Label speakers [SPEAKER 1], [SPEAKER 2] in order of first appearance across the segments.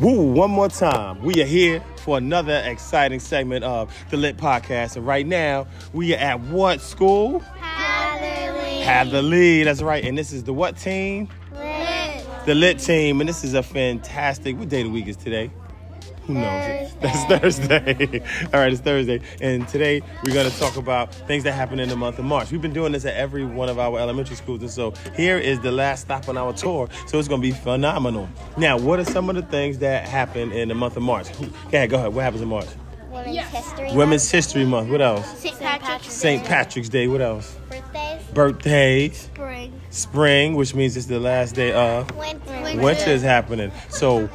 [SPEAKER 1] Woo, one more time. We are here for another exciting segment of the Lit Podcast. And right now, we are at what school?
[SPEAKER 2] Hallelujah.
[SPEAKER 1] Have the lead. That's right. And this is the what team? The Lit team. And this is a fantastic, what day of the week is today? Who knows? That's Thursday. All right, it's Thursday. And today we're going to talk about things that happen in the month of March. We've been doing this at every one of our elementary schools. And so here is the last stop on our tour. So it's going to be phenomenal. Now, what are some of the things that happen in the month of March? Okay, go ahead. What happens in March?
[SPEAKER 2] Women's history.
[SPEAKER 1] Women's History Month. What else?
[SPEAKER 2] St. Patrick's
[SPEAKER 1] St. Patrick's Day. What else?
[SPEAKER 2] birthdays.
[SPEAKER 1] Birthdays.
[SPEAKER 2] Spring.
[SPEAKER 1] Spring, which means it's the last day of.
[SPEAKER 2] Winter.
[SPEAKER 1] Winter is happening. So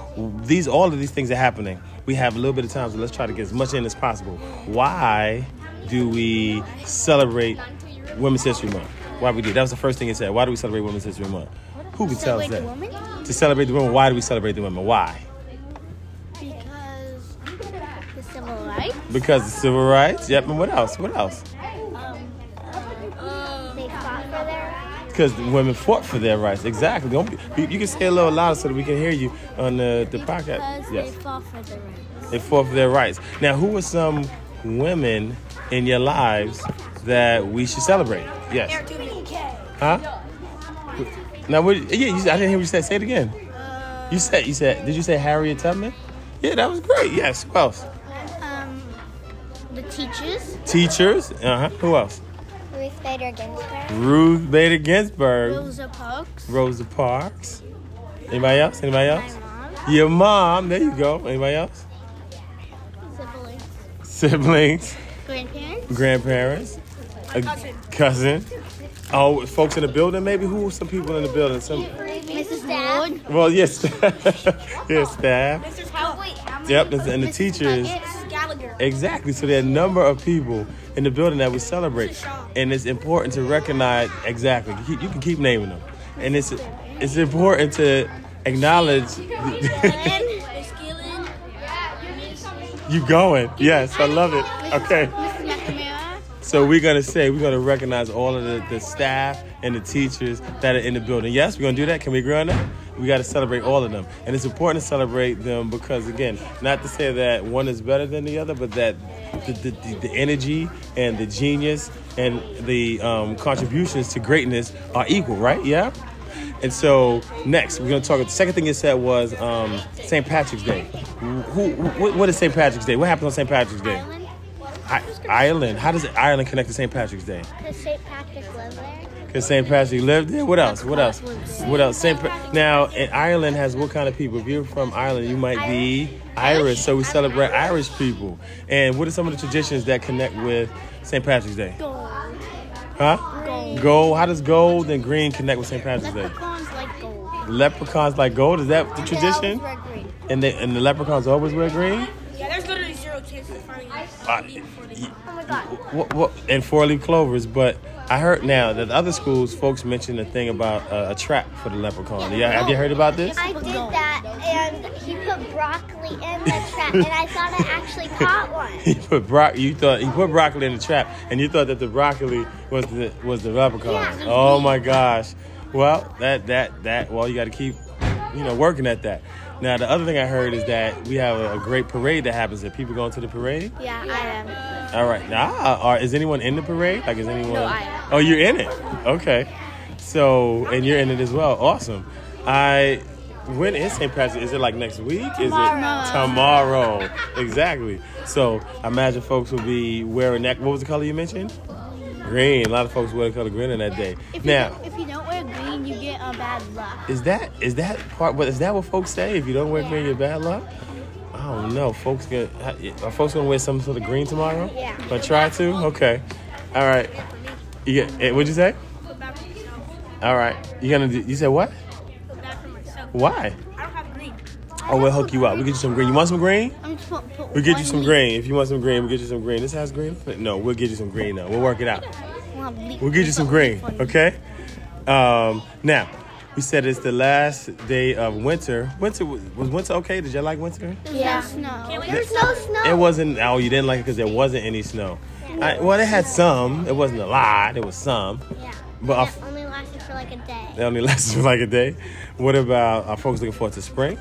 [SPEAKER 1] these all of these things are happening. We have a little bit of time, so let's try to get as much in as possible. Why do we celebrate Women's History Month? Why we do? That was the first thing it said. Why do we celebrate Women's History Month? Who would tell us
[SPEAKER 2] Celebrate the
[SPEAKER 1] that?
[SPEAKER 2] woman?
[SPEAKER 1] To celebrate the women. Why do we celebrate the women? Why?
[SPEAKER 2] Because the civil rights.
[SPEAKER 1] Because of civil rights. Yep. And what else? What else?
[SPEAKER 2] They fought for their rights.
[SPEAKER 1] Because the women fought for their rights. Exactly. Don't be, you can say a little louder so that we can hear you on the, the podcast. Yes.
[SPEAKER 2] fought for their rights.
[SPEAKER 1] They fought for their rights. Now, who are some women in your lives that we should celebrate? Yes. Huh? Now, what, yeah, you, I didn't hear what you said. Say it again. You said, you said, did you say Harriet Tubman? Yeah, that was great. Yes. Who else?
[SPEAKER 2] Um, the teachers.
[SPEAKER 1] Teachers. Uh huh. Who else?
[SPEAKER 2] Ruth Bader Ginsburg.
[SPEAKER 1] Ruth Bader Ginsburg.
[SPEAKER 2] Rosa Parks.
[SPEAKER 1] Rosa Parks. Anybody else? Anybody else?
[SPEAKER 2] mom.
[SPEAKER 1] Your mom. There you go. Anybody else? Siblings.
[SPEAKER 2] Siblings. Grandparents.
[SPEAKER 1] grandparents, a cousin. Oh, folks in the building, maybe who are some people in the building? Some
[SPEAKER 2] Mrs. Dad.
[SPEAKER 1] well, yes, yes, staff.
[SPEAKER 3] Mrs. Howell.
[SPEAKER 1] Yep, and the teachers.
[SPEAKER 3] Mrs. Gallagher.
[SPEAKER 1] Exactly. So there are a number of people in the building that we celebrate, and it's important to recognize exactly. You keep- You can keep naming them, and it's it's important to acknowledge.
[SPEAKER 3] Miss Gillen.
[SPEAKER 1] you going? Yes, I love it. Okay.
[SPEAKER 2] Mrs. McNamara.
[SPEAKER 1] So we're gonna say we're gonna recognize all of the, the staff and the teachers that are in the building. Yes, we're gonna do that. Can we agree on that? We gotta celebrate all of them. And it's important to celebrate them because again, not to say that one is better than the other, but that the, the, the, the energy and the genius and the um, contributions to greatness are equal, right? Yeah? And so next, we're gonna talk. The second thing it said was um, St. Patrick's Day. Who? What, what is St. Patrick's Day? What happens on St. Patrick's Day?
[SPEAKER 2] Ellen.
[SPEAKER 1] I- Ireland. How does Ireland connect to St. Patrick's Day?
[SPEAKER 2] Does St. Patrick live there?
[SPEAKER 1] Because St. Patrick lived there. What else? What else? What else? St. Pa- now, in Ireland has what kind of people? If you're from Ireland, you might be Irish. So we celebrate Irish people. And what are some of the traditions that connect with St. Patrick's Day?
[SPEAKER 2] Gold.
[SPEAKER 1] Huh? Gold. Gold. How does gold and green connect with St. Patrick's Day?
[SPEAKER 2] Leprechauns like gold.
[SPEAKER 1] Leprechauns like gold. Is that the tradition?
[SPEAKER 2] They always wear green.
[SPEAKER 1] And, they, and the leprechauns always wear green.
[SPEAKER 3] Yeah, there's literally zero chance of finding
[SPEAKER 1] Uh,
[SPEAKER 3] it before they
[SPEAKER 1] y-
[SPEAKER 2] Oh my God.
[SPEAKER 1] what, what, and four leaf clovers. But I heard now that the other schools folks mentioned a thing about uh, a trap for the leprechaun. Yeah, have you heard about this?
[SPEAKER 2] I did that, and he put broccoli in the trap, and I thought I actually caught one.
[SPEAKER 1] He put bro- you thought he put broccoli in the trap, and you thought that the broccoli was the was the leprechaun.
[SPEAKER 2] Yeah.
[SPEAKER 1] Oh my gosh! Well, that that that well, you got to keep you know working at that. Now the other thing I heard is that we have a, a great parade that happens. Are people going to the parade?
[SPEAKER 2] Yeah, I am.
[SPEAKER 1] All right. Now, are, is anyone in the parade? Like, is anyone?
[SPEAKER 2] No, I am.
[SPEAKER 1] Oh, you're in it. Okay. So, and you're in it as well. Awesome. I. When is St. Patrick's? Is it like next week? Is it tomorrow? exactly. So, I imagine folks will be wearing that. What was the color you mentioned? Green. A lot of folks wear the color green on that day. now,
[SPEAKER 2] if you don't wear green, you get a bad luck.
[SPEAKER 1] is that is that part? What is that what folks say? If you don't wear green, you're bad luck. I don't know. Folks gonna are folks gonna wear some sort of green tomorrow?
[SPEAKER 2] Yeah.
[SPEAKER 1] But try to. Okay. All right. You get, eh, what'd you say?
[SPEAKER 3] feel bad for myself.
[SPEAKER 1] All right. You gonna do, you said what?
[SPEAKER 3] I feel bad for myself.
[SPEAKER 1] Why?
[SPEAKER 3] I don't have green.
[SPEAKER 1] Oh, we'll hook you up. We get you some green. You want some green?
[SPEAKER 2] I'm just put, put
[SPEAKER 1] We'll get you
[SPEAKER 2] one
[SPEAKER 1] some
[SPEAKER 2] leaf-
[SPEAKER 1] green. If you want some green, we'll get you some green. This has green. on it? No, we'll get you some green though. We'll work it out.
[SPEAKER 2] one leaf-
[SPEAKER 1] We'll get you some green, okay? Um, now, we said it's the last day of winter. Winter was was winter okay? Did you like winter?
[SPEAKER 2] Yeah. Snow.
[SPEAKER 3] wait.
[SPEAKER 2] There's no snow.
[SPEAKER 1] It wasn't. Oh, you didn't like it because there wasn't any snow. I, well, it had some. It wasn't a lot. It was some.
[SPEAKER 2] Yeah.
[SPEAKER 1] But I-
[SPEAKER 2] it only lasted for like a day.
[SPEAKER 1] It only lasted like a day. What about are folks looking forward to spring?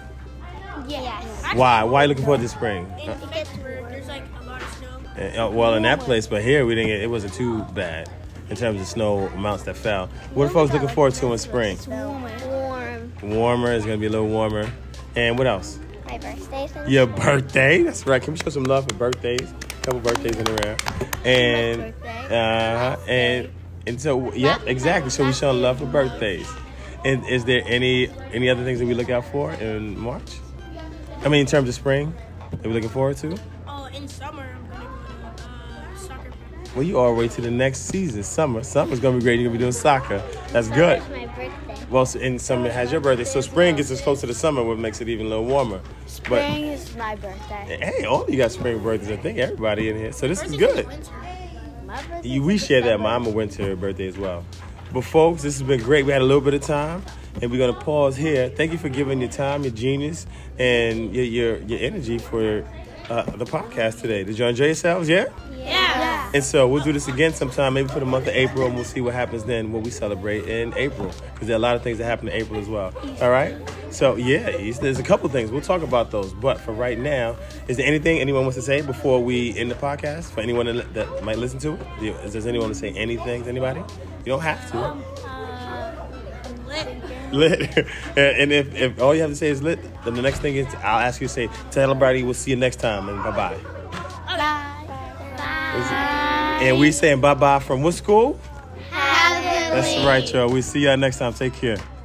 [SPEAKER 2] Yes.
[SPEAKER 3] Actually,
[SPEAKER 1] Why? Why you looking forward to spring?
[SPEAKER 3] In Pittsburgh, there's like a lot of snow.
[SPEAKER 1] Uh, uh, well, in that place, but here we didn't. Get, it wasn't too bad in terms of snow amounts that fell. What are folks looking forward to in spring?
[SPEAKER 2] Warm.
[SPEAKER 1] Warmer. It's gonna be a little warmer. And what else?
[SPEAKER 2] My birthday's in
[SPEAKER 1] Your
[SPEAKER 2] spring.
[SPEAKER 1] birthday. That's right. Can we show some love for birthdays? couple birthdays in a row. And
[SPEAKER 2] Last birthday.
[SPEAKER 1] uh, and and so yep, exactly. So we show love for birthdays. And is there any any other things that we look out for in March? I mean, in terms of spring, that we're looking forward to.
[SPEAKER 3] Oh, in summer, I'm gonna go to uh, soccer practice.
[SPEAKER 1] Well, you all wait till the next season, summer. Summer's gonna be great. You're gonna be doing soccer. That's good.
[SPEAKER 2] Summer's my birthday.
[SPEAKER 1] Well, so- and summer has your birthday, so spring gets us close to the summer, what makes it even a little warmer.
[SPEAKER 4] Spring is my birthday.
[SPEAKER 1] But hey, all of you got spring birthdays. I think everybody in here, so this is good.
[SPEAKER 4] My birthday.
[SPEAKER 1] You- We share that. Mama went to her birthday as well. But folks, this has been great. We had a little bit of time, and we're gonna pause here. Thank you for giving your time, your genius, and your your, your energy for uh, the podcast today. Did you enjoy yourselves? Yeah.
[SPEAKER 3] yeah.
[SPEAKER 1] And so we'll do this again sometime, maybe for the month of April, and we'll see what happens then when we celebrate in April, because there are a lot of things that happen in April as well. All right. So yeah, it's- there's a couple things we'll talk about those. But for right now, is there anything anyone wants to say before we end the podcast? For anyone that that might listen to it, Do you- does anyone want to say anything to anybody? You don't have to. Lit. and if, if all you have to say is lit, then the next thing is I'll ask you to say, tell everybody we'll see you next time and bye bye. And we saying bye bye from what school?
[SPEAKER 2] Have a good
[SPEAKER 1] That's right, y'all. We see y'all next time. Take care.